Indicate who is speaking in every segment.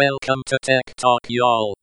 Speaker 1: Welcome to Tech Talk, y'all.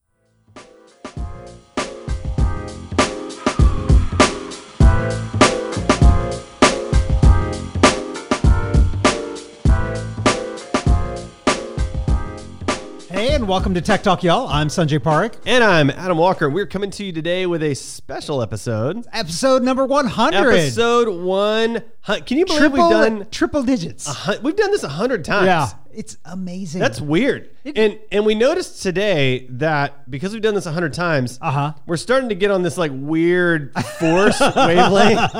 Speaker 2: Hey, and welcome to Tech Talk, y'all. I'm Sanjay Parekh.
Speaker 3: And I'm Adam Walker, and we're coming to you today with a special episode.
Speaker 2: Episode number 100.
Speaker 3: Episode one. hun- Can you believe
Speaker 2: triple,
Speaker 3: we've done
Speaker 2: triple digits.
Speaker 3: hun- we've done this a hundred times?
Speaker 2: yeah. It's amazing.
Speaker 3: that's weird. and and we noticed today that because we've done this a hundred times,
Speaker 2: Uh-huh.
Speaker 3: we're starting to get on this like weird force wavelength.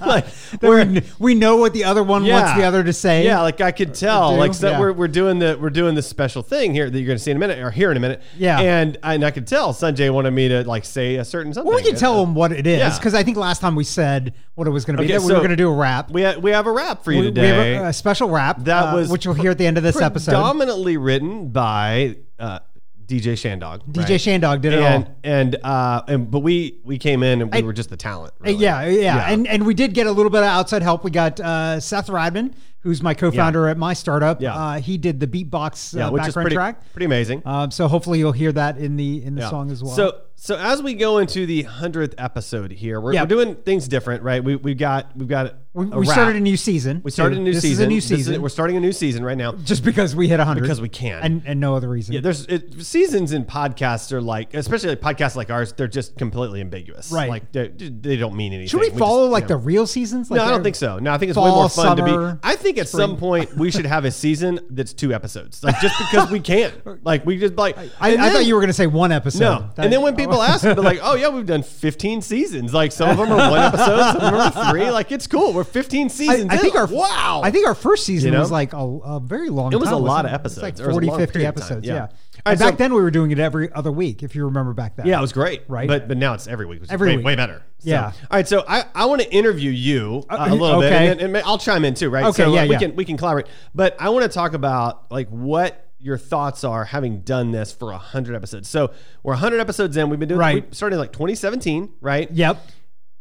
Speaker 3: like
Speaker 2: we, kn- we know what the other one wants the other to say.
Speaker 3: Yeah, like I could tell.
Speaker 2: do,
Speaker 3: Like so
Speaker 2: yeah.
Speaker 3: we're, we're doing the we're doing this special thing here that you're going to see in a minute or here in a minute.
Speaker 2: Yeah.
Speaker 3: and and I could tell Sanjay wanted me to like say a certain something.
Speaker 2: Well, we can tell them what it is
Speaker 3: Yeah.
Speaker 2: because I think last time we said what it was going to be.
Speaker 3: Okay,
Speaker 2: That we
Speaker 3: so
Speaker 2: were going to do a rap.
Speaker 3: We ha- we have a rap for you
Speaker 2: We- we
Speaker 3: today.
Speaker 2: have a, a special rap
Speaker 3: that
Speaker 2: uh,
Speaker 3: was
Speaker 2: which you'll hear at the end of this episode.
Speaker 3: Dominantly written by uh, DJ Shandog.
Speaker 2: DJ
Speaker 3: right?
Speaker 2: Shandog did it all.
Speaker 3: and and uh and but we we came in and we were just the talent.
Speaker 2: Uh,
Speaker 3: Really.
Speaker 2: Yeah, yeah, and and we did get a little bit of outside help. We got uh, Seth Rodman, who's my co-founder at my startup.
Speaker 3: Yeah.
Speaker 2: Uh, he did the beatbox uh,
Speaker 3: yeah, which is
Speaker 2: background
Speaker 3: pretty
Speaker 2: track.
Speaker 3: pretty amazing.
Speaker 2: Um, so hopefully you'll hear that in the in the
Speaker 3: Yeah.
Speaker 2: song as well.
Speaker 3: So so as we go into the hundredth episode here, we're,
Speaker 2: Yeah.
Speaker 3: we're doing things different, right? We we've got we've got
Speaker 2: we,
Speaker 3: a
Speaker 2: we
Speaker 3: wrap.
Speaker 2: started a new season.
Speaker 3: we started a new
Speaker 2: this
Speaker 3: season.
Speaker 2: Is a new
Speaker 3: This is-
Speaker 2: season.
Speaker 3: we're starting a new season right now
Speaker 2: just because we hit hundred.
Speaker 3: because we can.
Speaker 2: and and no other reason.
Speaker 3: Yeah, there's it, seasons in podcasts are like, especially like podcasts like ours, they're just completely ambiguous.
Speaker 2: Right.
Speaker 3: Like they, they don't mean anything.
Speaker 2: Should we follow like
Speaker 3: the
Speaker 2: the real seasons? Like
Speaker 3: No, I don't
Speaker 2: they're-
Speaker 3: think so. No, I think it's way
Speaker 2: fall,
Speaker 3: more fun
Speaker 2: summer,
Speaker 3: to be. I think at some point we should have a season that's two episodes, like just because we can. Like we just like.
Speaker 2: I,
Speaker 3: and
Speaker 2: I
Speaker 3: then-
Speaker 2: thought you were going to say one episode.
Speaker 3: No,
Speaker 2: That-
Speaker 3: and then when people ask, they're like, "Oh yeah, we've done 15 seasons. Like some of them are one episode, some of them are three. Like it's cool. We're 15
Speaker 2: I,
Speaker 3: seasons.
Speaker 2: I
Speaker 3: in.
Speaker 2: think our
Speaker 3: wow.
Speaker 2: I think our first season
Speaker 3: You know?
Speaker 2: was like a, a very long.
Speaker 3: It was
Speaker 2: time,
Speaker 3: a lot
Speaker 2: wasn't
Speaker 3: of
Speaker 2: it? It's
Speaker 3: episodes. There
Speaker 2: like
Speaker 3: was a
Speaker 2: 40,
Speaker 3: long
Speaker 2: 50
Speaker 3: period of time.
Speaker 2: episodes.
Speaker 3: Yeah.
Speaker 2: Yeah.
Speaker 3: All
Speaker 2: And
Speaker 3: right,
Speaker 2: back
Speaker 3: so-
Speaker 2: then we were doing it every other week, if you remember back then.
Speaker 3: Yeah, it was great.
Speaker 2: Right?
Speaker 3: But but now it's every week. Which
Speaker 2: Every
Speaker 3: every way,
Speaker 2: week.
Speaker 3: way better. So-
Speaker 2: Yeah.
Speaker 3: All right. So I, I want to interview you uh,
Speaker 2: Uh,
Speaker 3: a little bit,
Speaker 2: okay.
Speaker 3: and, then, and ma- I'll chime in too. Right.
Speaker 2: Okay,
Speaker 3: So uh,
Speaker 2: yeah,
Speaker 3: we
Speaker 2: yeah.
Speaker 3: can we can collaborate. But I want to talk about like what your thoughts are having done this for hundred episodes. So we're hundred episodes in. We've been doing.
Speaker 2: Right.
Speaker 3: We started in, like 2017. Right.
Speaker 2: Yep.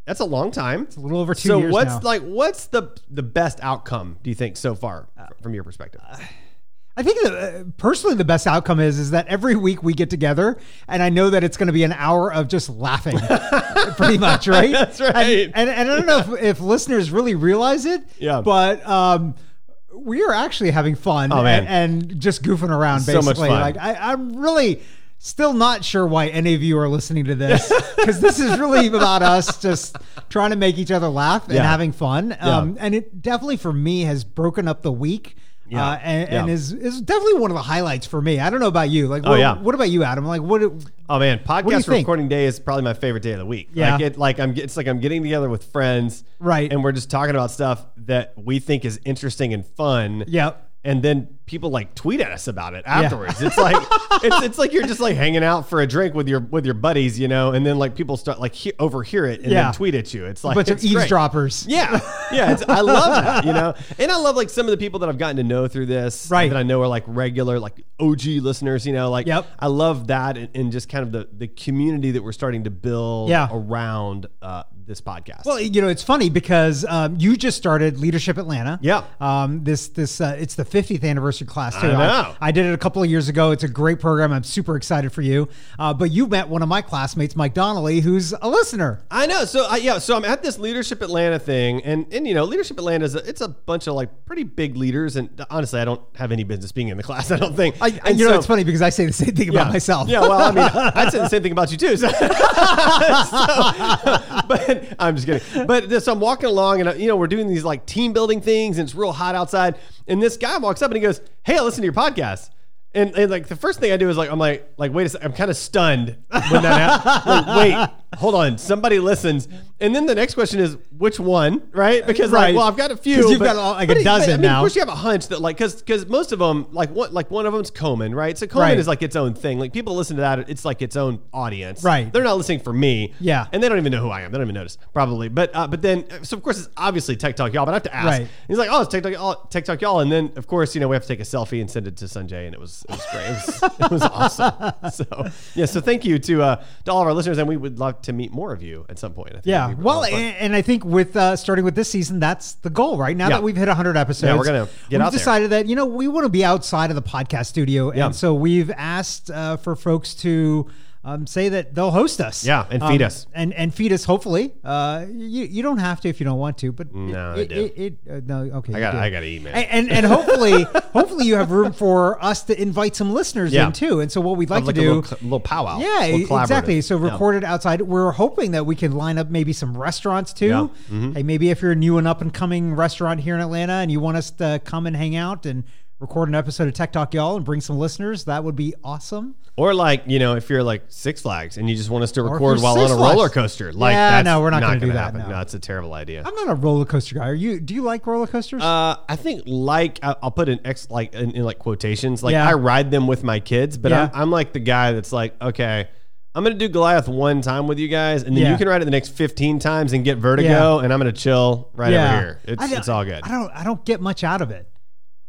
Speaker 3: That's a long time. It's
Speaker 2: A little over two
Speaker 3: so
Speaker 2: years
Speaker 3: what's
Speaker 2: now.
Speaker 3: like what's the the best outcome do you think so far
Speaker 2: Uh,
Speaker 3: f- from your perspective?
Speaker 2: I think the, uh, personally the best outcome is is that every week we get together, and I know that it's going to be an hour of just laughing, pretty much, right?
Speaker 3: That's right.
Speaker 2: And, and, and I don't know if, if listeners really realize it,
Speaker 3: Yeah.
Speaker 2: But um, we are actually having fun,
Speaker 3: Oh, man.
Speaker 2: And, and just goofing around.
Speaker 3: So much
Speaker 2: Basically,
Speaker 3: fun.
Speaker 2: like I, I'm really. Still not sure why any of you are listening to this because this is really about us just trying to make each other laugh and
Speaker 3: Yeah.
Speaker 2: having fun. Um, and it definitely for me has broken up the week
Speaker 3: Yeah.
Speaker 2: uh, and, and
Speaker 3: Yeah. Oh,
Speaker 2: is is definitely one of the highlights for me. I don't know about you. Like, what,
Speaker 3: yeah.
Speaker 2: what about you, Adam? Like, what?
Speaker 3: Oh man, podcast
Speaker 2: think?
Speaker 3: recording day is probably my favorite day of the week.
Speaker 2: Yeah.
Speaker 3: like it, like I'm, it's like I'm getting together with friends,
Speaker 2: Right.
Speaker 3: And we're just talking about stuff that we think is interesting and fun.
Speaker 2: Yep.
Speaker 3: And then people like tweet at us about it afterwards. It's like it's, it's like you're just like hanging out for a drink with your with your buddies, you know. And then like people start like he- overhear it and
Speaker 2: Yeah.
Speaker 3: then tweet at you. It's like
Speaker 2: A bunch of
Speaker 3: it's great.
Speaker 2: eavesdroppers.
Speaker 3: Yeah, yeah, it's, I love that, you know, and I love like some of the people that I've gotten to know through this,
Speaker 2: Right.
Speaker 3: That I know are like regular, like OG listeners, you know, like
Speaker 2: Yep.
Speaker 3: I love that, and, and just kind of the the community that we're starting to build
Speaker 2: Yeah.
Speaker 3: around uh, this podcast.
Speaker 2: Well, you know, it's funny because um, you just started Leadership Atlanta.
Speaker 3: Yeah.
Speaker 2: Um, this this uh, it's the 50th anniversary class too.
Speaker 3: I know.
Speaker 2: I, did it a couple of years ago. It's a great program. I'm super excited for you. Uh, but you met one of my classmates, Mike Donnelly, who's a listener.
Speaker 3: I know. So I, yeah, so I'm at this Leadership Atlanta thing, and and you know, Leadership Atlanta is a, it's a bunch of like pretty big leaders, and honestly, I don't have any business being in the class. I don't think. I,
Speaker 2: And, you know, it's funny because I say the same thing about myself.
Speaker 3: Yeah, well, I mean, I'd say the same thing about you too. So, So- but I'm just kidding. But this, I'm walking along, and uh, you know, we're doing these like team building things, and it's real hot outside. And this guy walks up and he goes, "Hey, I listen to your podcast." And, and like the first thing I do is like I'm like like wait a second I'm kind of stunned when that happens. wait, hold on, somebody listens. And then the next question is which one, right? Because
Speaker 2: Uh, Right.
Speaker 3: like well I've got a few,
Speaker 2: 'Cause you've
Speaker 3: but-
Speaker 2: got all- like a
Speaker 3: but it- but,
Speaker 2: dozen
Speaker 3: I mean,
Speaker 2: now.
Speaker 3: Of course, you have a hunch that like because because most of them like one like one of them's Komen, right? So Komen
Speaker 2: Right.
Speaker 3: is like its own thing. Like people listen to that, it's like its own audience.
Speaker 2: Right.
Speaker 3: They're not listening for me.
Speaker 2: Yeah.
Speaker 3: And they don't even know who I am. They don't even notice probably. But uh, but then so of course it's obviously Tech Talk y'all. But I have to ask.
Speaker 2: Right.
Speaker 3: He's like, oh, it's Tech Talk y'all, Tech Talk y'all. And then of course you know we have to take a selfie and send it to Sanjay, and it was it was great. It was, it was awesome. So yeah. So thank you to uh, to all of our listeners, and we would love talk to meet more of you at some point. I think
Speaker 2: Yeah.
Speaker 3: it'd be
Speaker 2: Well,
Speaker 3: fun.
Speaker 2: and, and I think with uh, starting with this season, that's the goal, right? Now
Speaker 3: Yeah.
Speaker 2: that we've hit 100 episodes,
Speaker 3: Yeah, we're gonna get
Speaker 2: we've
Speaker 3: out there.
Speaker 2: decided that you know we want to be outside of the podcast studio, and
Speaker 3: Yeah.
Speaker 2: so we've asked uh, for folks to. Um, say that they'll host us. Um,
Speaker 3: Yeah, and feed us.
Speaker 2: and and feed us. Hopefully, uh, you you don't have to if you don't want to, but
Speaker 3: No, I
Speaker 2: it,
Speaker 3: do.
Speaker 2: it, it, uh, no, okay.
Speaker 3: I got I got an email.
Speaker 2: and, and and hopefully hopefully you have room for us to invite some listeners
Speaker 3: Yeah.
Speaker 2: in too. And so what we'd like,
Speaker 3: like
Speaker 2: to
Speaker 3: a
Speaker 2: do
Speaker 3: little, cl- little powwow.
Speaker 2: yeah, e-,
Speaker 3: Little collaborative.
Speaker 2: exactly. So
Speaker 3: Yeah.
Speaker 2: record it outside. We're hoping that we can line up maybe some restaurants too.
Speaker 3: Yeah.
Speaker 2: Hey, maybe if you're a new and up and coming restaurant here in Atlanta and you want us to come and hang out and record an episode of Tech Talk Y'all and bring some listeners, that would be awesome.
Speaker 3: Or like you know, if you're like Six Flags and you just want us to
Speaker 2: if
Speaker 3: record
Speaker 2: you're
Speaker 3: while
Speaker 2: Six
Speaker 3: on a
Speaker 2: Flags.
Speaker 3: roller coaster, like
Speaker 2: Yeah,
Speaker 3: that's
Speaker 2: no, we're not gonna do
Speaker 3: gonna
Speaker 2: that,
Speaker 3: Happen.
Speaker 2: no.
Speaker 3: it's a terrible idea.
Speaker 2: I'm not a roller coaster guy. Are you? Do you like roller coasters?
Speaker 3: Uh, I think like I- I'll put an X like in, in like quotations. Like
Speaker 2: Yeah.
Speaker 3: I ride them with my kids, but
Speaker 2: Yeah.
Speaker 3: I'm, I'm like the guy that's like, okay, I'm gonna do Goliath one time with you guys, and then
Speaker 2: Yeah.
Speaker 3: you can ride it the next 15 times and get vertigo,
Speaker 2: Yeah.
Speaker 3: and I'm gonna chill right
Speaker 2: Yeah.
Speaker 3: over here.
Speaker 2: I
Speaker 3: It's
Speaker 2: don't-
Speaker 3: it's all good.
Speaker 2: I don't. I don't get much out of it.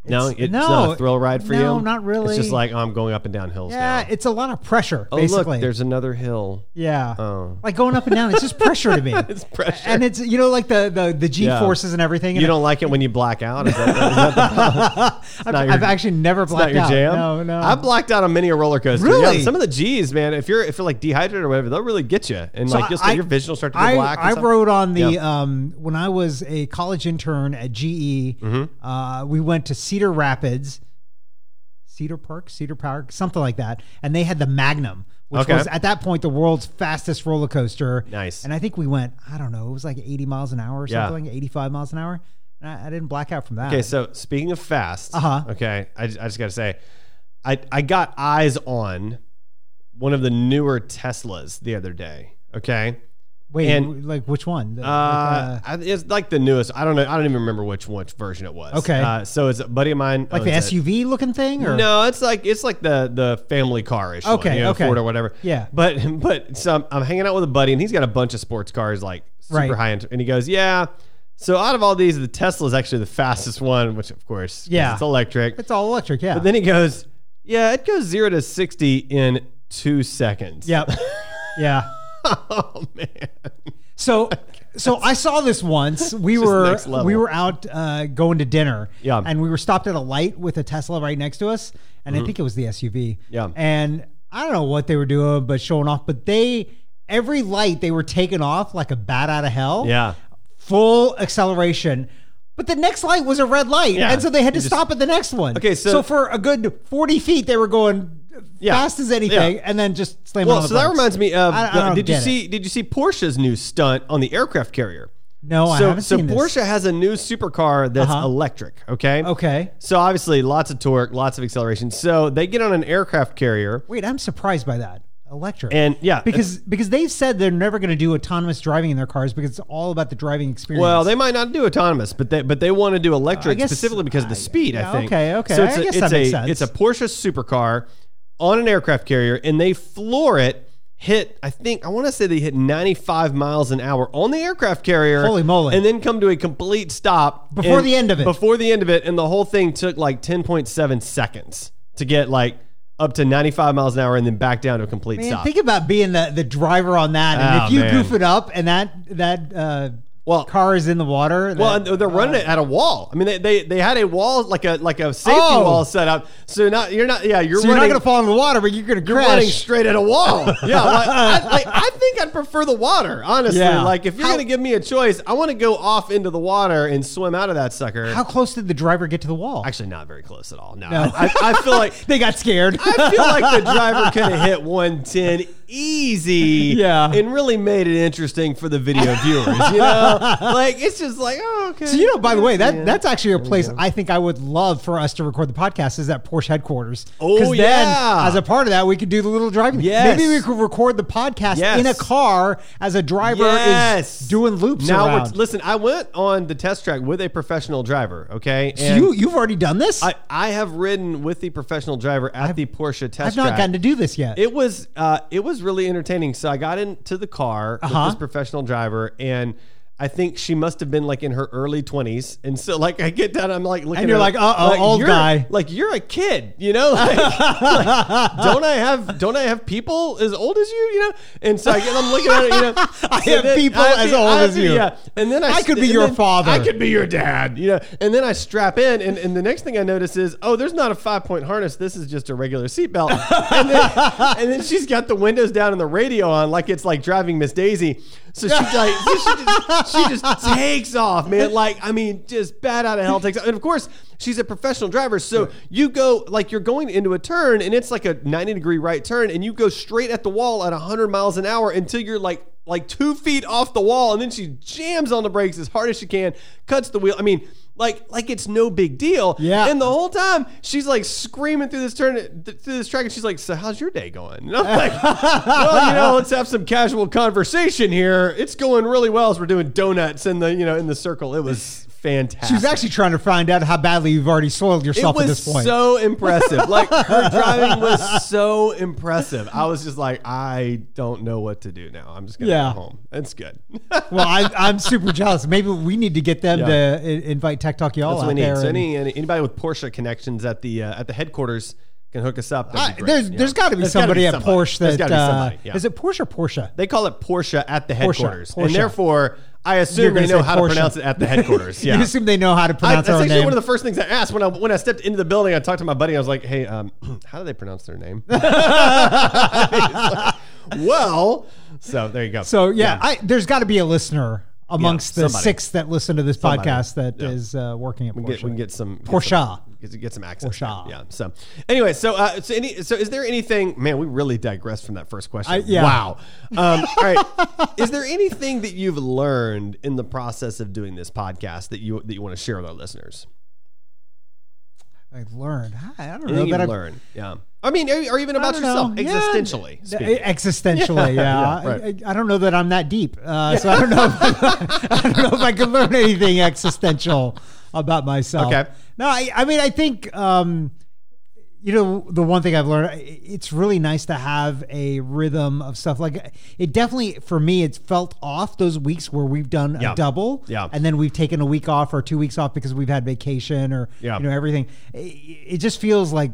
Speaker 3: no,
Speaker 2: it's-
Speaker 3: it's
Speaker 2: no,
Speaker 3: not a thrill ride for you.
Speaker 2: no, not really.
Speaker 3: It's just like oh, I'm going up and down hills.
Speaker 2: Yeah,
Speaker 3: now.
Speaker 2: it's a lot of pressure.
Speaker 3: Oh
Speaker 2: basically,
Speaker 3: look, there's another hill.
Speaker 2: yeah,
Speaker 3: Oh.
Speaker 2: like going up and down. It's just pressure to me.
Speaker 3: It's pressure.
Speaker 2: and it's you know like the the, the G
Speaker 3: Yeah.
Speaker 2: forces and everything.
Speaker 3: you
Speaker 2: and
Speaker 3: don't like it when you black out. Is that, is that the
Speaker 2: I've,
Speaker 3: not your-
Speaker 2: I've actually never blacked
Speaker 3: not your
Speaker 2: out.
Speaker 3: jam?
Speaker 2: No, no.
Speaker 3: I blacked out on many a roller coaster.
Speaker 2: Really?
Speaker 3: Yeah, some of the G's, man. If you're if you're like dehydrated or whatever, they'll really get you, and
Speaker 2: So
Speaker 3: like you'll
Speaker 2: I-
Speaker 3: your vision will start to go
Speaker 2: I,
Speaker 3: black. and
Speaker 2: I
Speaker 3: stuff.
Speaker 2: rode on the
Speaker 3: Yeah.
Speaker 2: um, when I was a college intern at GE.
Speaker 3: Mm-hmm.
Speaker 2: Uh, we went to Cedar Rapids, Cedar Park, Cedar Park, something like that, and they had the Magnum, which
Speaker 3: Okay.
Speaker 2: was at that point the world's fastest roller coaster.
Speaker 3: Nice.
Speaker 2: And I think we went, I don't know, it was like 80 miles an hour or
Speaker 3: Yeah.
Speaker 2: something, 85 miles an hour. And I, I didn't black out from that.
Speaker 3: Okay, so speaking of fast,
Speaker 2: Uh-huh.
Speaker 3: okay, I, j- I just got to say, I I got eyes on one of the newer Teslas the other day. Okay,
Speaker 2: Wait,
Speaker 3: and-
Speaker 2: like which one? The-
Speaker 3: uh, I, it's like the newest. I don't know. I don't even remember which which version it was.
Speaker 2: Okay.
Speaker 3: uh, so oh, it's a buddy of mine,
Speaker 2: like the
Speaker 3: owns it.
Speaker 2: SUV looking thing, or
Speaker 3: No, it's like it's like the the family car issue.
Speaker 2: Okay,
Speaker 3: Okay, you know,
Speaker 2: okay.
Speaker 3: Ford or whatever.
Speaker 2: Yeah.
Speaker 3: But but so I'm, I'm hanging out with a buddy and he's got a bunch of sports cars like super
Speaker 2: Right.
Speaker 3: high end and he goes, "Yeah, so out of all these, the Tesla is actually the fastest one, which of course, 'cause
Speaker 2: Yeah.
Speaker 3: it's electric."
Speaker 2: it's all electric. Yeah,
Speaker 3: but then he goes, "Yeah, it goes 0 to 60 in 2 seconds."
Speaker 2: yep, yeah.
Speaker 3: oh man.
Speaker 2: So, so I saw this once. We
Speaker 3: Just
Speaker 2: were
Speaker 3: next level.
Speaker 2: we were out uh, going to dinner,
Speaker 3: Yeah.
Speaker 2: and we were stopped at a light with a Tesla right next to us, and I think it was the SUV,
Speaker 3: Mm-hmm. Yeah.
Speaker 2: And I don't know what they were doing, but showing off. But they every light they were taking off like a bat out of hell,
Speaker 3: Yeah.
Speaker 2: full acceleration. But the next light was a red light,
Speaker 3: Yeah.
Speaker 2: and so they had to
Speaker 3: You just-
Speaker 2: stop at the next one.
Speaker 3: Okay, so-
Speaker 2: for a good forty feet, they were going uh,
Speaker 3: Yeah.
Speaker 2: fast as anything,
Speaker 3: Yeah.
Speaker 2: and then just slamming
Speaker 3: Well,
Speaker 2: on the
Speaker 3: so that
Speaker 2: brakes.
Speaker 3: reminds me of
Speaker 2: I- I don't
Speaker 3: did you
Speaker 2: get it.
Speaker 3: see did you see Porsche's new stunt on the aircraft carrier?
Speaker 2: No, I
Speaker 3: so,
Speaker 2: haven't
Speaker 3: so
Speaker 2: seen this.
Speaker 3: Porsche has a new supercar that's
Speaker 2: Uh-huh.
Speaker 3: electric. Okay.
Speaker 2: Okay.
Speaker 3: So obviously, lots of torque, lots of acceleration. So they get on an aircraft carrier,
Speaker 2: Wait, I'm surprised by that. Electric.
Speaker 3: and yeah,
Speaker 2: because because they've said they're never going to do autonomous driving in their cars because it's all about the driving experience.
Speaker 3: well, they might not do autonomous, but they but they want to do electric
Speaker 2: guess-
Speaker 3: specifically because of the
Speaker 2: I-
Speaker 3: speed.
Speaker 2: yeah,
Speaker 3: I think.
Speaker 2: okay, okay.
Speaker 3: So it's
Speaker 2: I
Speaker 3: a,
Speaker 2: guess
Speaker 3: it's
Speaker 2: that makes
Speaker 3: a
Speaker 2: sense.
Speaker 3: it's a Porsche supercar on an aircraft carrier, and they floor it. Hit, I think I want to say they hit 95 miles an hour on the aircraft carrier.
Speaker 2: Holy moly.
Speaker 3: And then come to a complete stop
Speaker 2: Before
Speaker 3: and-
Speaker 2: the end of it.
Speaker 3: Before the end of it, and the whole thing took like 10.7 seconds to get like up to 95 miles an hour, and then back down to a complete
Speaker 2: Man,
Speaker 3: stop.
Speaker 2: think about being the, the driver on that, and
Speaker 3: Oh,
Speaker 2: if you
Speaker 3: man.
Speaker 2: goof it up and that that uh,
Speaker 3: Well-
Speaker 2: car is in the water.
Speaker 3: Well,
Speaker 2: that-
Speaker 3: and they're running
Speaker 2: Uh.
Speaker 3: it at a wall. I mean, they, they they had a wall like a like a safety
Speaker 2: Oh.
Speaker 3: wall set up. So not you're not yeah you're
Speaker 2: so you're
Speaker 3: running
Speaker 2: not going to fall in the water, but you're going to
Speaker 3: you're running
Speaker 2: crash.
Speaker 3: straight at a wall. yeah, like, I, like, I think I'd prefer the water honestly.
Speaker 2: Yeah.
Speaker 3: Like if you're
Speaker 2: How-
Speaker 3: gonna give me a choice, I want to go off into the water and swim out of that sucker.
Speaker 2: How close did the driver get to the wall?
Speaker 3: Actually, not very close at all. No, I, I, I feel like.
Speaker 2: they got scared.
Speaker 3: I feel like the driver could have hit 110 easy,
Speaker 2: Yeah.
Speaker 3: and really made it interesting for the video viewers. You know, like it's just like, oh, okay.
Speaker 2: So you know, by the way, that that's actually a place I think I would love for us to record the podcast is at Porsche headquarters.
Speaker 3: Oh,
Speaker 2: then
Speaker 3: yeah.
Speaker 2: as a part of that, we could do the little driving.
Speaker 3: Yes.
Speaker 2: Maybe we could record the podcast
Speaker 3: Yes.
Speaker 2: in a car as a driver
Speaker 3: Yes.
Speaker 2: is doing loops
Speaker 3: Now we're,
Speaker 2: around.
Speaker 3: listen, I went on the test track with a professional driver, okay?
Speaker 2: so you you've already done this?
Speaker 3: I, I have ridden with the professional driver at the Porsche test
Speaker 2: I've not
Speaker 3: track.
Speaker 2: gotten to do this yet.
Speaker 3: it was uh, it was really entertaining. So I got into the car
Speaker 2: Uh-huh.
Speaker 3: with this professional driver and I think she must have been like in her early 20s. And so, like, I get down, I'm like, looking
Speaker 2: And you're
Speaker 3: at
Speaker 2: like,
Speaker 3: her,
Speaker 2: uh-oh, old
Speaker 3: you're-
Speaker 2: guy.
Speaker 3: Like, you're a kid, you know? Like, like, don't I have don't I have people as old as you, you know? And so I get, I'm looking at it, you know. I
Speaker 2: have people as old as you.
Speaker 3: Yeah. And then I,
Speaker 2: I could be
Speaker 3: and
Speaker 2: your
Speaker 3: then
Speaker 2: father.
Speaker 3: I could be your dad, you know. And then I strap in, and, and the next thing I notice is, oh, there's not a five point harness. This is just a regular seatbelt. and, then, and then she's got the windows down and the radio on, like it's like driving Miss Daisy. So she like so she, just, she just takes off, man. Like I mean, just bat out of hell takes off. And of course, she's a professional driver, so you go like you're going into a turn, and it's like a 90 degree right turn, and you go straight at the wall at 100 miles an hour until you're like like two feet off the wall, and then she jams on the brakes as hard as she can, cuts the wheel. I mean, like like it's no big deal.
Speaker 2: Yeah.
Speaker 3: And the whole time she's like screaming through this turn th- through this track, and she's like, "So how's your day going?" And I'm like, "Well, you know, let's have some casual conversation here. It's going really well as we're doing donuts in the you know in the circle. It was fantastic."
Speaker 2: She was actually trying to find out how badly you've already soiled yourself
Speaker 3: it
Speaker 2: at
Speaker 3: was
Speaker 2: this point.
Speaker 3: so impressive. Like her driving was so impressive. I was just like, I don't know what to do now. I'm just gonna
Speaker 2: Yeah.
Speaker 3: go home. It's good.
Speaker 2: well, I, I'm super jealous. Maybe we need to get them
Speaker 3: Yeah.
Speaker 2: to i- invite Tech Talk Y'all
Speaker 3: That's
Speaker 2: out
Speaker 3: what we need.
Speaker 2: there.
Speaker 3: So
Speaker 2: and-
Speaker 3: any, any- anybody with Porsche connections at the uh, at the headquarters can hook us up. That'd
Speaker 2: I,
Speaker 3: be great.
Speaker 2: there's
Speaker 3: Yeah.
Speaker 2: there's got to be
Speaker 3: There's gotta
Speaker 2: somebody at
Speaker 3: somebody.
Speaker 2: Porsche
Speaker 3: There's
Speaker 2: that
Speaker 3: gotta be somebody,
Speaker 2: uh,
Speaker 3: yeah.
Speaker 2: is it Porsche or Porsche?
Speaker 3: They call it Porsche at the headquarters,
Speaker 2: Porsche.
Speaker 3: and therefore I
Speaker 2: You're
Speaker 3: assume
Speaker 2: gonna
Speaker 3: they know
Speaker 2: say
Speaker 3: how
Speaker 2: Porsche.
Speaker 3: to pronounce it at the headquarters. Yeah.
Speaker 2: you assume they know how to
Speaker 3: I,
Speaker 2: pronounce
Speaker 3: that's
Speaker 2: our
Speaker 3: actually
Speaker 2: name.
Speaker 3: one of the first things I asked when I when I stepped into the building. I talked to my buddy. I was like, "Hey, um, how do they pronounce their name?" He's like, well, so there you go.
Speaker 2: so yeah, I, there's got to be a listener amongst the
Speaker 3: somebody.
Speaker 2: six that listen to this podcast that is
Speaker 3: Yeah.
Speaker 2: uh, working at Porsche.
Speaker 3: we can get, we can get some get
Speaker 2: Porsche.
Speaker 3: some- Get, get some access.
Speaker 2: Porsche.
Speaker 3: Yeah. So anyway, so uh, so any so is there anything? Man, we really digressed from that first question.
Speaker 2: I- yeah.
Speaker 3: Wow. Um, all right. Is there anything that you've learned in the process of doing this podcast that you that you want to share with our listeners?
Speaker 2: I learned. I, I don't know
Speaker 3: Anything
Speaker 2: that
Speaker 3: you've
Speaker 2: I
Speaker 3: learned? Yeah. I mean, or, or even about
Speaker 2: don't
Speaker 3: yourself
Speaker 2: know. Yeah.
Speaker 3: existentially.
Speaker 2: E-
Speaker 3: speaking.
Speaker 2: existentially. Yeah,
Speaker 3: Yeah,
Speaker 2: I-
Speaker 3: right.
Speaker 2: I, I don't know that I'm that deep, uh, so I don't know. If I, don't know if I could learn anything existential about myself.
Speaker 3: Okay.
Speaker 2: No, I, I mean I think um, you know the one thing I've learned. i- It's really nice to have a rhythm of stuff. Like it definitely for me, it's felt off those weeks where we've done
Speaker 3: Yeah.
Speaker 2: a double,
Speaker 3: Yeah.
Speaker 2: and then we've taken a week off or two weeks off because we've had vacation or
Speaker 3: Yeah.
Speaker 2: you know everything. I- it just feels like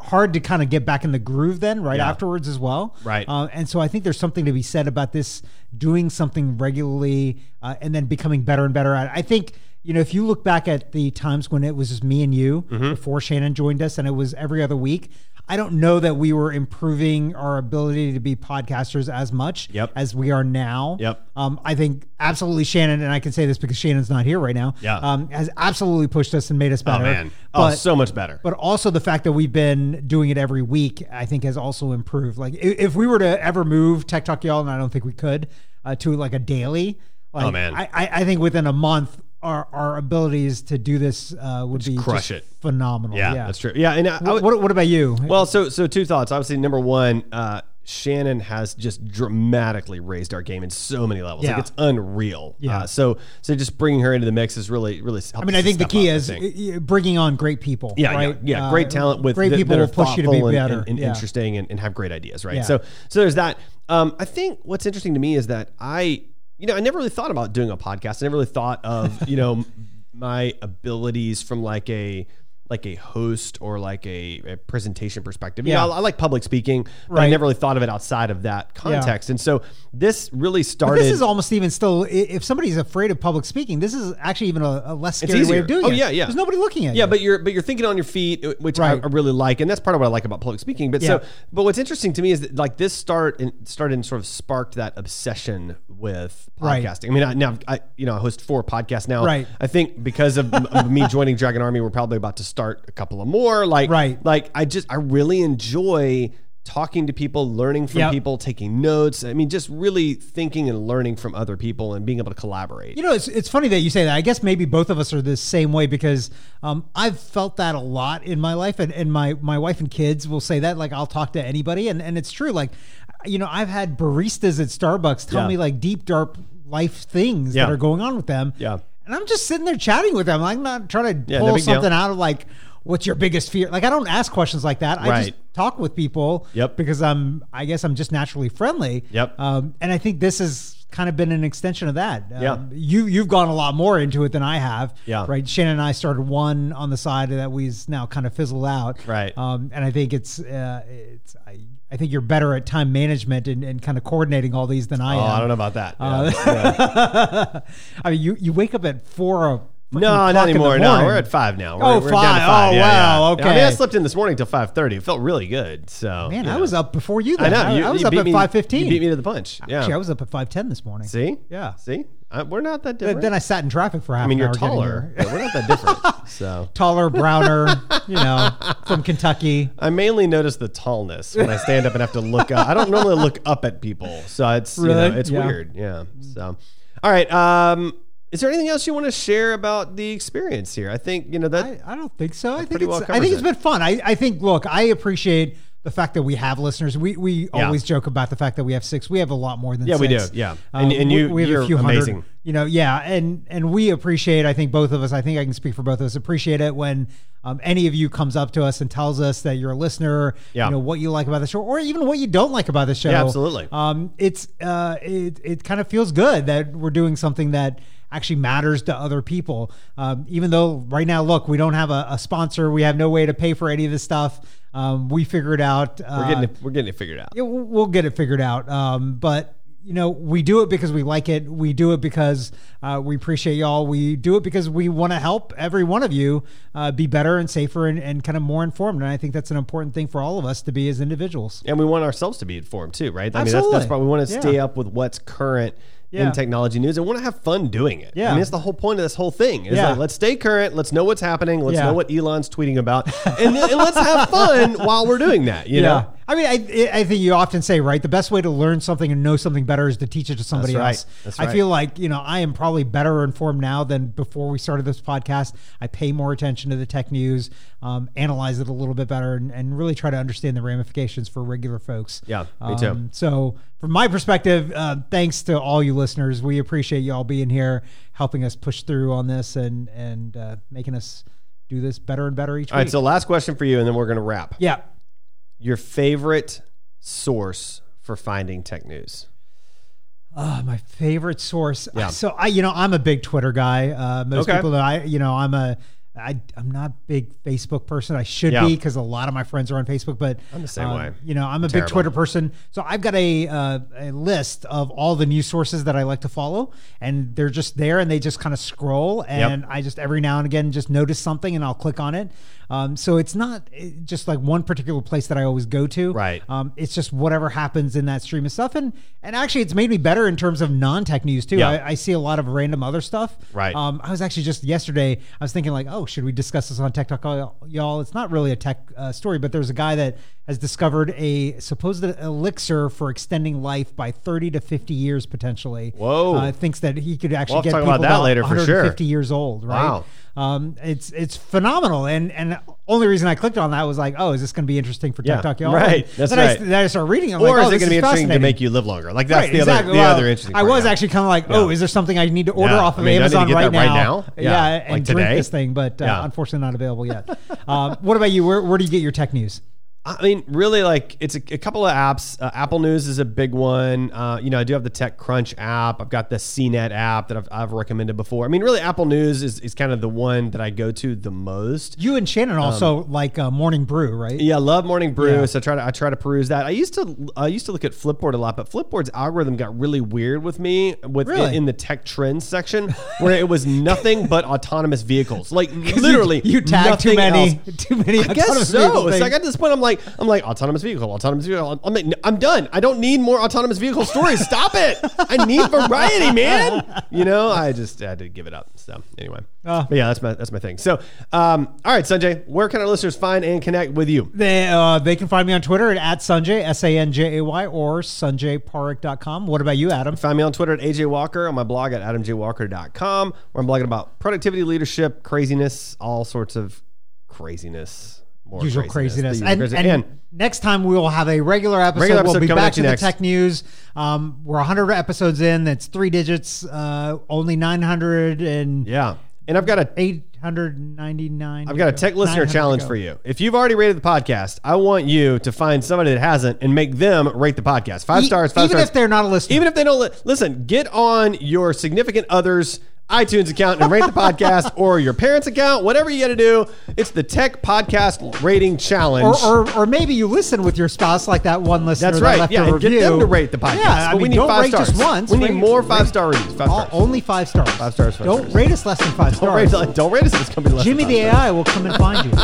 Speaker 2: hard to kind of get back in the groove then right
Speaker 3: Yeah.
Speaker 2: afterwards as well
Speaker 3: Right.
Speaker 2: uh, and so i think there's something to be said about this doing something regularly uh, and then becoming better and better at it. i think you know if you look back at the times when it was just me and you
Speaker 3: Mm-hmm.
Speaker 2: before shannon joined us and it was every other week i don't know that we were improving our ability to be podcasters as much
Speaker 3: Yep.
Speaker 2: as we are now
Speaker 3: Yep.
Speaker 2: um, i think absolutely shannon and i can say this because shannon's not here right now
Speaker 3: Yeah.
Speaker 2: um, has absolutely pushed us and made us
Speaker 3: oh
Speaker 2: better
Speaker 3: man. oh,
Speaker 2: But-
Speaker 3: so much better.
Speaker 2: but also the fact that we've been doing it every week, I think, has also improved. Like i- if we were to ever move Tech Talk Y'all, and I don't think we could, uh, to like a daily. Like,
Speaker 3: Oh, man.
Speaker 2: I, I, I think within a month, our our abilities to do this uh, would be
Speaker 3: crush
Speaker 2: just
Speaker 3: it.
Speaker 2: phenomenal.
Speaker 3: yeah,
Speaker 2: Yeah,
Speaker 3: that's true. Yeah, and I, I would-
Speaker 2: What, what what about you?
Speaker 3: Well, so so two thoughts. Obviously, number one, uh, Shannon has just dramatically raised our game in so many levels.
Speaker 2: Yeah.
Speaker 3: Like it's unreal.
Speaker 2: Yeah.
Speaker 3: Uh, so so just bringing her into the mix is really really.
Speaker 2: I mean, I think the key is i- i- bringing on great people.
Speaker 3: yeah,
Speaker 2: right?
Speaker 3: yeah, yeah.
Speaker 2: Uh,
Speaker 3: great talent with
Speaker 2: great
Speaker 3: that-
Speaker 2: people
Speaker 3: that are
Speaker 2: will push you to be
Speaker 3: thoughtful and-
Speaker 2: better
Speaker 3: and, and
Speaker 2: Yeah.
Speaker 3: interesting and, and have great ideas, right?
Speaker 2: Yeah.
Speaker 3: So so there's that. Um, I think what's interesting to me is that I you know I never really thought about doing a podcast. I never really thought of you know my abilities from like a like a host or like a, a presentation perspective. You
Speaker 2: Yeah.
Speaker 3: know, I, I like public speaking, but I
Speaker 2: Right.
Speaker 3: never really thought of it outside of that context. And so this really started.
Speaker 2: This is almost even still. i- If somebody's afraid of public speaking, this is actually even a, a less scary way
Speaker 3: easier.
Speaker 2: of doing
Speaker 3: Oh,
Speaker 2: it.
Speaker 3: yeah, yeah.
Speaker 2: There's nobody looking at you.
Speaker 3: Yeah, but you're but you're thinking on your feet, uh, which I-
Speaker 2: Right.
Speaker 3: I, really like, and that's part of what I like about public speaking. But so,
Speaker 2: Yeah.
Speaker 3: but what's interesting to me is that like this start and started and sort of sparked that obsession with
Speaker 2: Right.
Speaker 3: podcasting. I mean, I, now I you know I host four podcasts now.
Speaker 2: Right.
Speaker 3: I think because of m- of me joining Dragon Army, we're probably about to start a couple of more. Like
Speaker 2: Right.
Speaker 3: Like I just I really enjoy talking to people, learning from
Speaker 2: Yep.
Speaker 3: people, taking notes. I mean, just really thinking and learning from other people and being able to collaborate.
Speaker 2: You know, it's, it's funny that you say that. I guess maybe both of us are the same way because um, I've felt that a lot in my life, and, and my my wife and kids will say that. Like, I'll talk to anybody, and, and it's true. Like, you know, I've had baristas at Starbucks tell
Speaker 3: Yeah.
Speaker 2: me like deep dark life things
Speaker 3: Yeah.
Speaker 2: that are going on with them.
Speaker 3: Yeah.
Speaker 2: and I'm just sitting there chatting with them. I'm not trying to
Speaker 3: Yeah, no
Speaker 2: pull
Speaker 3: big deal.
Speaker 2: something out of like. What's your biggest fear? Like I don't ask questions like that. I
Speaker 3: Right.
Speaker 2: just talk with people
Speaker 3: Yep.
Speaker 2: because I'm I guess I'm just naturally friendly. Uh,
Speaker 3: Yep.
Speaker 2: Um, and I think this is kind of been an extension of that. Um,
Speaker 3: Yeah.
Speaker 2: you you've gone a lot more into it than I have.
Speaker 3: Yeah.
Speaker 2: right. Shannon and I started one on the side that we's now kind of fizzled out.
Speaker 3: Right.
Speaker 2: um, and I think it's uh, it's I, I think you're better at time management and, and kind of coordinating all these than I
Speaker 3: Oh,
Speaker 2: am.
Speaker 3: I don't know about that.
Speaker 2: Uh,
Speaker 3: Yeah. Yeah.
Speaker 2: I mean, you you wake up at four. o- fucking
Speaker 3: No,
Speaker 2: o'clock
Speaker 3: not anymore.
Speaker 2: In the
Speaker 3: No,
Speaker 2: morning.
Speaker 3: we're at five now. We're,
Speaker 2: Oh,
Speaker 3: we're Down
Speaker 2: five.
Speaker 3: to five.
Speaker 2: Oh, wow.
Speaker 3: yeah, yeah. I mean, I
Speaker 2: Okay.
Speaker 3: slept in this morning till five thirty. It felt really good. So
Speaker 2: Man,
Speaker 3: you
Speaker 2: I
Speaker 3: know.
Speaker 2: was up before you. Then.
Speaker 3: I know. you,
Speaker 2: I was
Speaker 3: you
Speaker 2: up
Speaker 3: beat
Speaker 2: at
Speaker 3: me-
Speaker 2: five fifteen.
Speaker 3: You beat me to the punch. Yeah.
Speaker 2: Actually, I was up at five ten this morning.
Speaker 3: See.
Speaker 2: Yeah.
Speaker 3: See, I, we're not
Speaker 2: But
Speaker 3: that different.
Speaker 2: then I sat in traffic for half.
Speaker 3: I mean,
Speaker 2: an
Speaker 3: you're
Speaker 2: hour getting
Speaker 3: taller.
Speaker 2: here.
Speaker 3: but we're not that different. So
Speaker 2: taller, browner. you know, from Kentucky.
Speaker 3: I mainly notice the tallness when I stand up and have to look up. I don't normally look up at people, so it's you know,
Speaker 2: Really?
Speaker 3: it's
Speaker 2: Yeah.
Speaker 3: weird. Yeah. So, all right. Um, is there anything else you want to share about the experience here? I think you know that.
Speaker 2: I, I don't think so. I think
Speaker 3: pretty
Speaker 2: it's,
Speaker 3: well
Speaker 2: I
Speaker 3: covers
Speaker 2: think it's
Speaker 3: it.
Speaker 2: been fun. I, I think look, I appreciate the fact that we have listeners. We we
Speaker 3: Yeah.
Speaker 2: always joke about the fact that we have six. We have a lot more than
Speaker 3: Yeah,
Speaker 2: six. Um,
Speaker 3: we do. Yeah. And- and you- you're amazing.
Speaker 2: You know, yeah, and and we appreciate. I think both of us. I think I can speak for both of us. Appreciate it when. Um, any of you comes up to us and tells us that you're a listener,
Speaker 3: Yeah.
Speaker 2: you know what you like about the show, or even what you don't like about the show.
Speaker 3: Yeah, absolutely.
Speaker 2: Um, it's uh, it it kind of feels good that we're doing something that actually matters to other people. Um, even though right now, look, we don't have a, a sponsor, we have no way to pay for any of this stuff. Um, we figured out. Uh,
Speaker 3: we're getting it, we're getting it figured out.
Speaker 2: yeah, we'll we'll get it figured out. Um, but you know, we do it because we like it. We do it because uh, we appreciate y'all. We do it because we want to help every one of you uh, be better and safer and, and kind of more informed. And I think that's an important thing for all of us to be as individuals.
Speaker 3: And we want ourselves to be informed too, right? I mean, that's,
Speaker 2: Absolutely.
Speaker 3: that's probably we want to
Speaker 2: Yeah.
Speaker 3: stay up with what's current
Speaker 2: Yeah.
Speaker 3: in technology news and want to have fun doing it. I
Speaker 2: Yeah.
Speaker 3: mean, that's the whole point of this whole thing. Is
Speaker 2: Yeah.
Speaker 3: like, let's stay current. Let's know what's happening. Let's
Speaker 2: Yeah.
Speaker 3: know what Elon's tweeting about, and, and let's have fun while we're doing that. You know,
Speaker 2: I mean, I, I think you often say, right, the best way to learn something and know something better is to teach it to somebody
Speaker 3: That's right.
Speaker 2: else.
Speaker 3: That's
Speaker 2: I
Speaker 3: right.
Speaker 2: feel like, you know, I am probably better informed now than before we started this podcast. I pay more attention to the tech news, um, analyze it a little bit better, and, and really try to understand the ramifications for regular folks. Um,
Speaker 3: Yeah, me too.
Speaker 2: so, from my perspective, uh, thanks to all you listeners. We appreciate you all being here, helping us push through on this and, and uh, making us do this better and better each
Speaker 3: All
Speaker 2: week.
Speaker 3: right. So last question for you, and then we're gonna wrap.
Speaker 2: yeah.
Speaker 3: Your favorite source for finding tech news?
Speaker 2: Ah, my favorite source.
Speaker 3: Yeah.
Speaker 2: So I, you know, I'm a big Twitter guy. Uh, most
Speaker 3: Okay.
Speaker 2: people that I, you know, I'm a, I, I'm not a big Facebook person. I should
Speaker 3: Yeah.
Speaker 2: be because a lot of my friends are on Facebook. But I'm
Speaker 3: the same way.
Speaker 2: You know, I'm a
Speaker 3: Terrible.
Speaker 2: big Twitter person. So I've got a uh, a list of all the news sources that I like to follow, and they're just there, and they just kind of scroll, and I just every now and again just notice something, and I'll click on it. Um, so it's not eh, just like one particular place that I always go to.
Speaker 3: Right.
Speaker 2: Um, it's just whatever happens in that stream of stuff, and and actually, it's made me better in terms of non-tech news too.
Speaker 3: Yeah.
Speaker 2: I, I see a lot of random other stuff.
Speaker 3: Right.
Speaker 2: Um, I was actually just yesterday. I was thinking like, oh, should we discuss this on Tech Talk, y'all? y'all? It's not really a tech uh, story, but there's a guy that has discovered a supposed elixir for extending life by 30 to 50 years potentially.
Speaker 3: Whoa.
Speaker 2: Uh, thinks that he could actually
Speaker 3: We'll have to
Speaker 2: get
Speaker 3: talk
Speaker 2: people
Speaker 3: about that
Speaker 2: about
Speaker 3: later for sure.
Speaker 2: 150 years old. Right.
Speaker 3: Wow.
Speaker 2: Um, it's it's phenomenal, and and only reason I clicked on that was like, oh, is this going to be interesting for
Speaker 3: Yeah.
Speaker 2: Tech Talk, y'all?
Speaker 3: Right.
Speaker 2: And
Speaker 3: That's
Speaker 2: then I s-
Speaker 3: right.
Speaker 2: then I started reading. it. I'm
Speaker 3: Or
Speaker 2: like,
Speaker 3: is
Speaker 2: oh, this
Speaker 3: it going to be interesting to
Speaker 2: fascinating.
Speaker 3: make you live longer? Like that's
Speaker 2: Right,
Speaker 3: the
Speaker 2: exactly.
Speaker 3: other the
Speaker 2: Well,
Speaker 3: other interesting.
Speaker 2: I
Speaker 3: part,
Speaker 2: was
Speaker 3: yeah.
Speaker 2: actually kind of like, oh,
Speaker 3: Yeah.
Speaker 2: is there something I need to order
Speaker 3: Yeah.
Speaker 2: off of
Speaker 3: I mean, do I need to
Speaker 2: Amazon
Speaker 3: get
Speaker 2: right
Speaker 3: that right
Speaker 2: now?
Speaker 3: now?
Speaker 2: Yeah,
Speaker 3: Yeah.
Speaker 2: and
Speaker 3: Like
Speaker 2: drink
Speaker 3: today?
Speaker 2: this thing, but uh,
Speaker 3: Yeah.
Speaker 2: unfortunately not available yet. um, what about you? Where, where do you get your tech news?
Speaker 3: I mean, really, like it's a, a couple of apps. Uh, Apple News is a big one. Uh, you know, I do have the TechCrunch app. I've got the CNET app that I've, I've recommended before. I mean, really, Apple News is, is kind of the one that I go to the most.
Speaker 2: You and
Speaker 3: Um,
Speaker 2: Shannon also like uh, Morning Brew, right?
Speaker 3: Yeah, I love Morning Brew.
Speaker 2: Yeah.
Speaker 3: So I try to I try to peruse that. I used to I used to look at Flipboard a lot, but Flipboard's algorithm got really weird with me with
Speaker 2: Really?
Speaker 3: in the tech trends section where it was nothing but autonomous vehicles. Like literally,
Speaker 2: you, you tag too
Speaker 3: nothing
Speaker 2: many,
Speaker 3: else.
Speaker 2: too many.
Speaker 3: I guess so. So I got to this point. I'm like, I'm like autonomous vehicle, autonomous vehicle. I'm like, "No, I'm done. I don't need more autonomous vehicle stories. Stop it. I need variety, man. You know, I just I had to give it up. So anyway,
Speaker 2: Oh.
Speaker 3: but yeah, that's my that's my thing. So, um, all right, Sanjay, where can our listeners find and connect with you?
Speaker 2: They, uh, they can find me on Twitter at, at Sanjay, S A N J A Y, or sanjayparekh.com. What about you, Adam?
Speaker 3: Find me on Twitter at AJ Walker, on my blog at adamjwalker.com, where I'm blogging about productivity, leadership, craziness, all sorts of craziness. More
Speaker 2: usual craziness.
Speaker 3: the
Speaker 2: And,
Speaker 3: usual
Speaker 2: and next time we will have a regular episode.
Speaker 3: Regular episode
Speaker 2: we'll be
Speaker 3: coming
Speaker 2: back
Speaker 3: at you
Speaker 2: to the
Speaker 3: next.
Speaker 2: tech news. Um, we're 100 episodes in. That's three digits. Uh, only 900 and
Speaker 3: yeah. And I've got a
Speaker 2: eight. 199.
Speaker 3: I've got a tech listener challenge for you. If you've already rated the podcast, I want you to find somebody that hasn't and make them rate the podcast. Five stars, five
Speaker 2: E, even
Speaker 3: stars.
Speaker 2: if they're not a listener.
Speaker 3: even if they don't li- listen, get on your significant other's iTunes account and rate the podcast or your parents' account, whatever you got to do. It's the Tech Podcast Rating Challenge.
Speaker 2: or, or, or maybe you listen with your spouse like that one listener
Speaker 3: That's
Speaker 2: that
Speaker 3: right.
Speaker 2: left
Speaker 3: Yeah,
Speaker 2: a
Speaker 3: and
Speaker 2: review.
Speaker 3: get them to rate the podcast.
Speaker 2: Yeah, I
Speaker 3: But
Speaker 2: mean,
Speaker 3: we need
Speaker 2: don't
Speaker 3: five
Speaker 2: rate
Speaker 3: stars.
Speaker 2: just once.
Speaker 3: We need
Speaker 2: Rate-
Speaker 3: more five star reviews. Five
Speaker 2: All,
Speaker 3: stars.
Speaker 2: only five stars. Five
Speaker 3: stars, five
Speaker 2: don't
Speaker 3: stars.
Speaker 2: rate us less than five
Speaker 3: don't rate,
Speaker 2: stars.
Speaker 3: don't rate us. It's going to be less than
Speaker 2: Jimmy
Speaker 3: five
Speaker 2: the
Speaker 3: stars.
Speaker 2: AI will come and find you.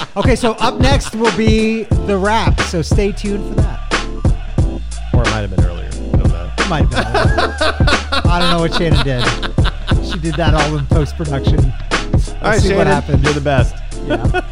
Speaker 2: So- Okay, so up next will be the wrap. So stay tuned for that.
Speaker 3: Or it might have been earlier. I don't know.
Speaker 2: Might have been. I don't know what Shannon did. She did that all in post production.
Speaker 3: All right,
Speaker 2: see
Speaker 3: Shannon,
Speaker 2: what happened.
Speaker 3: You're the best.
Speaker 2: Yeah.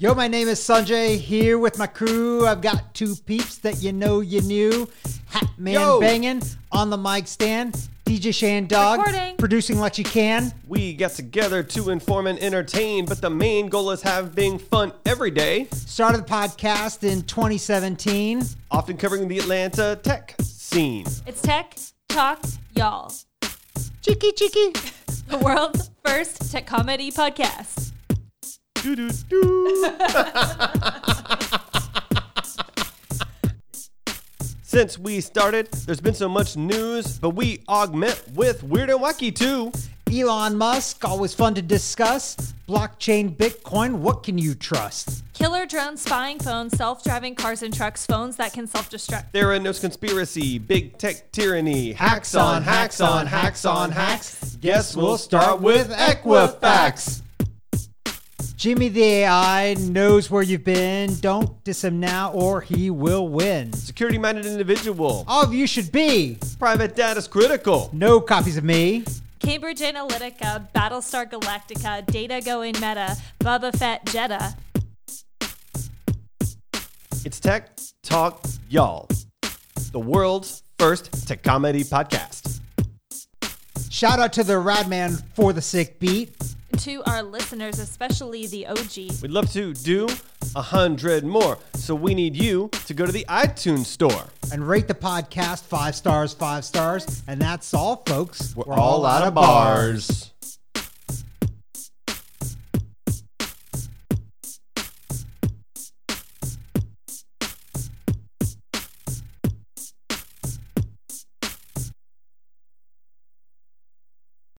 Speaker 2: Yo, my name is Sanjay here with my crew. I've got two peeps that you know you knew. Hat man
Speaker 3: Yo.
Speaker 2: banging on the mic stand. DJ Shan Dog
Speaker 4: Recording.
Speaker 2: producing what you can.
Speaker 3: We get together to inform and entertain, but the main goal is having fun every day,
Speaker 2: Started the podcast in 2017.
Speaker 3: often covering the Atlanta tech scene.
Speaker 4: It's Tech Talk Y'all,
Speaker 2: Cheeky, cheeky.
Speaker 4: the world's first tech comedy podcast.
Speaker 3: Doo-doo-doo. Since we started, there's been so much news, but we augment with weird and wacky too.
Speaker 2: Elon Musk, always fun to discuss. Blockchain, Bitcoin, what can you trust?
Speaker 4: Killer drones, spying phones, self driving cars and trucks, phones that can self destruct.
Speaker 3: There are no conspiracy, big tech tyranny. Hacks
Speaker 2: on, hacks on, hacks on, hacks.
Speaker 3: Guess we'll start with Equifax.
Speaker 2: Jimmy the AI knows where you've been. Don't diss him now or he will win.
Speaker 3: Security minded individual.
Speaker 2: All of you should be.
Speaker 3: Private data is critical.
Speaker 2: No copies of me.
Speaker 4: Cambridge Analytica, Battlestar Galactica, Data Going Meta, Bubba Fett Jetta.
Speaker 3: It's Tech Talk Y'all, the world's first tech comedy podcast.
Speaker 2: Shout out to the Radman for the sick beat.
Speaker 4: To our listeners, especially the OG,
Speaker 3: We'd love to do a hundred more, so we need you to go to the iTunes store.
Speaker 2: And rate the podcast five stars, five stars. And that's all, folks.
Speaker 3: We're all out of bars.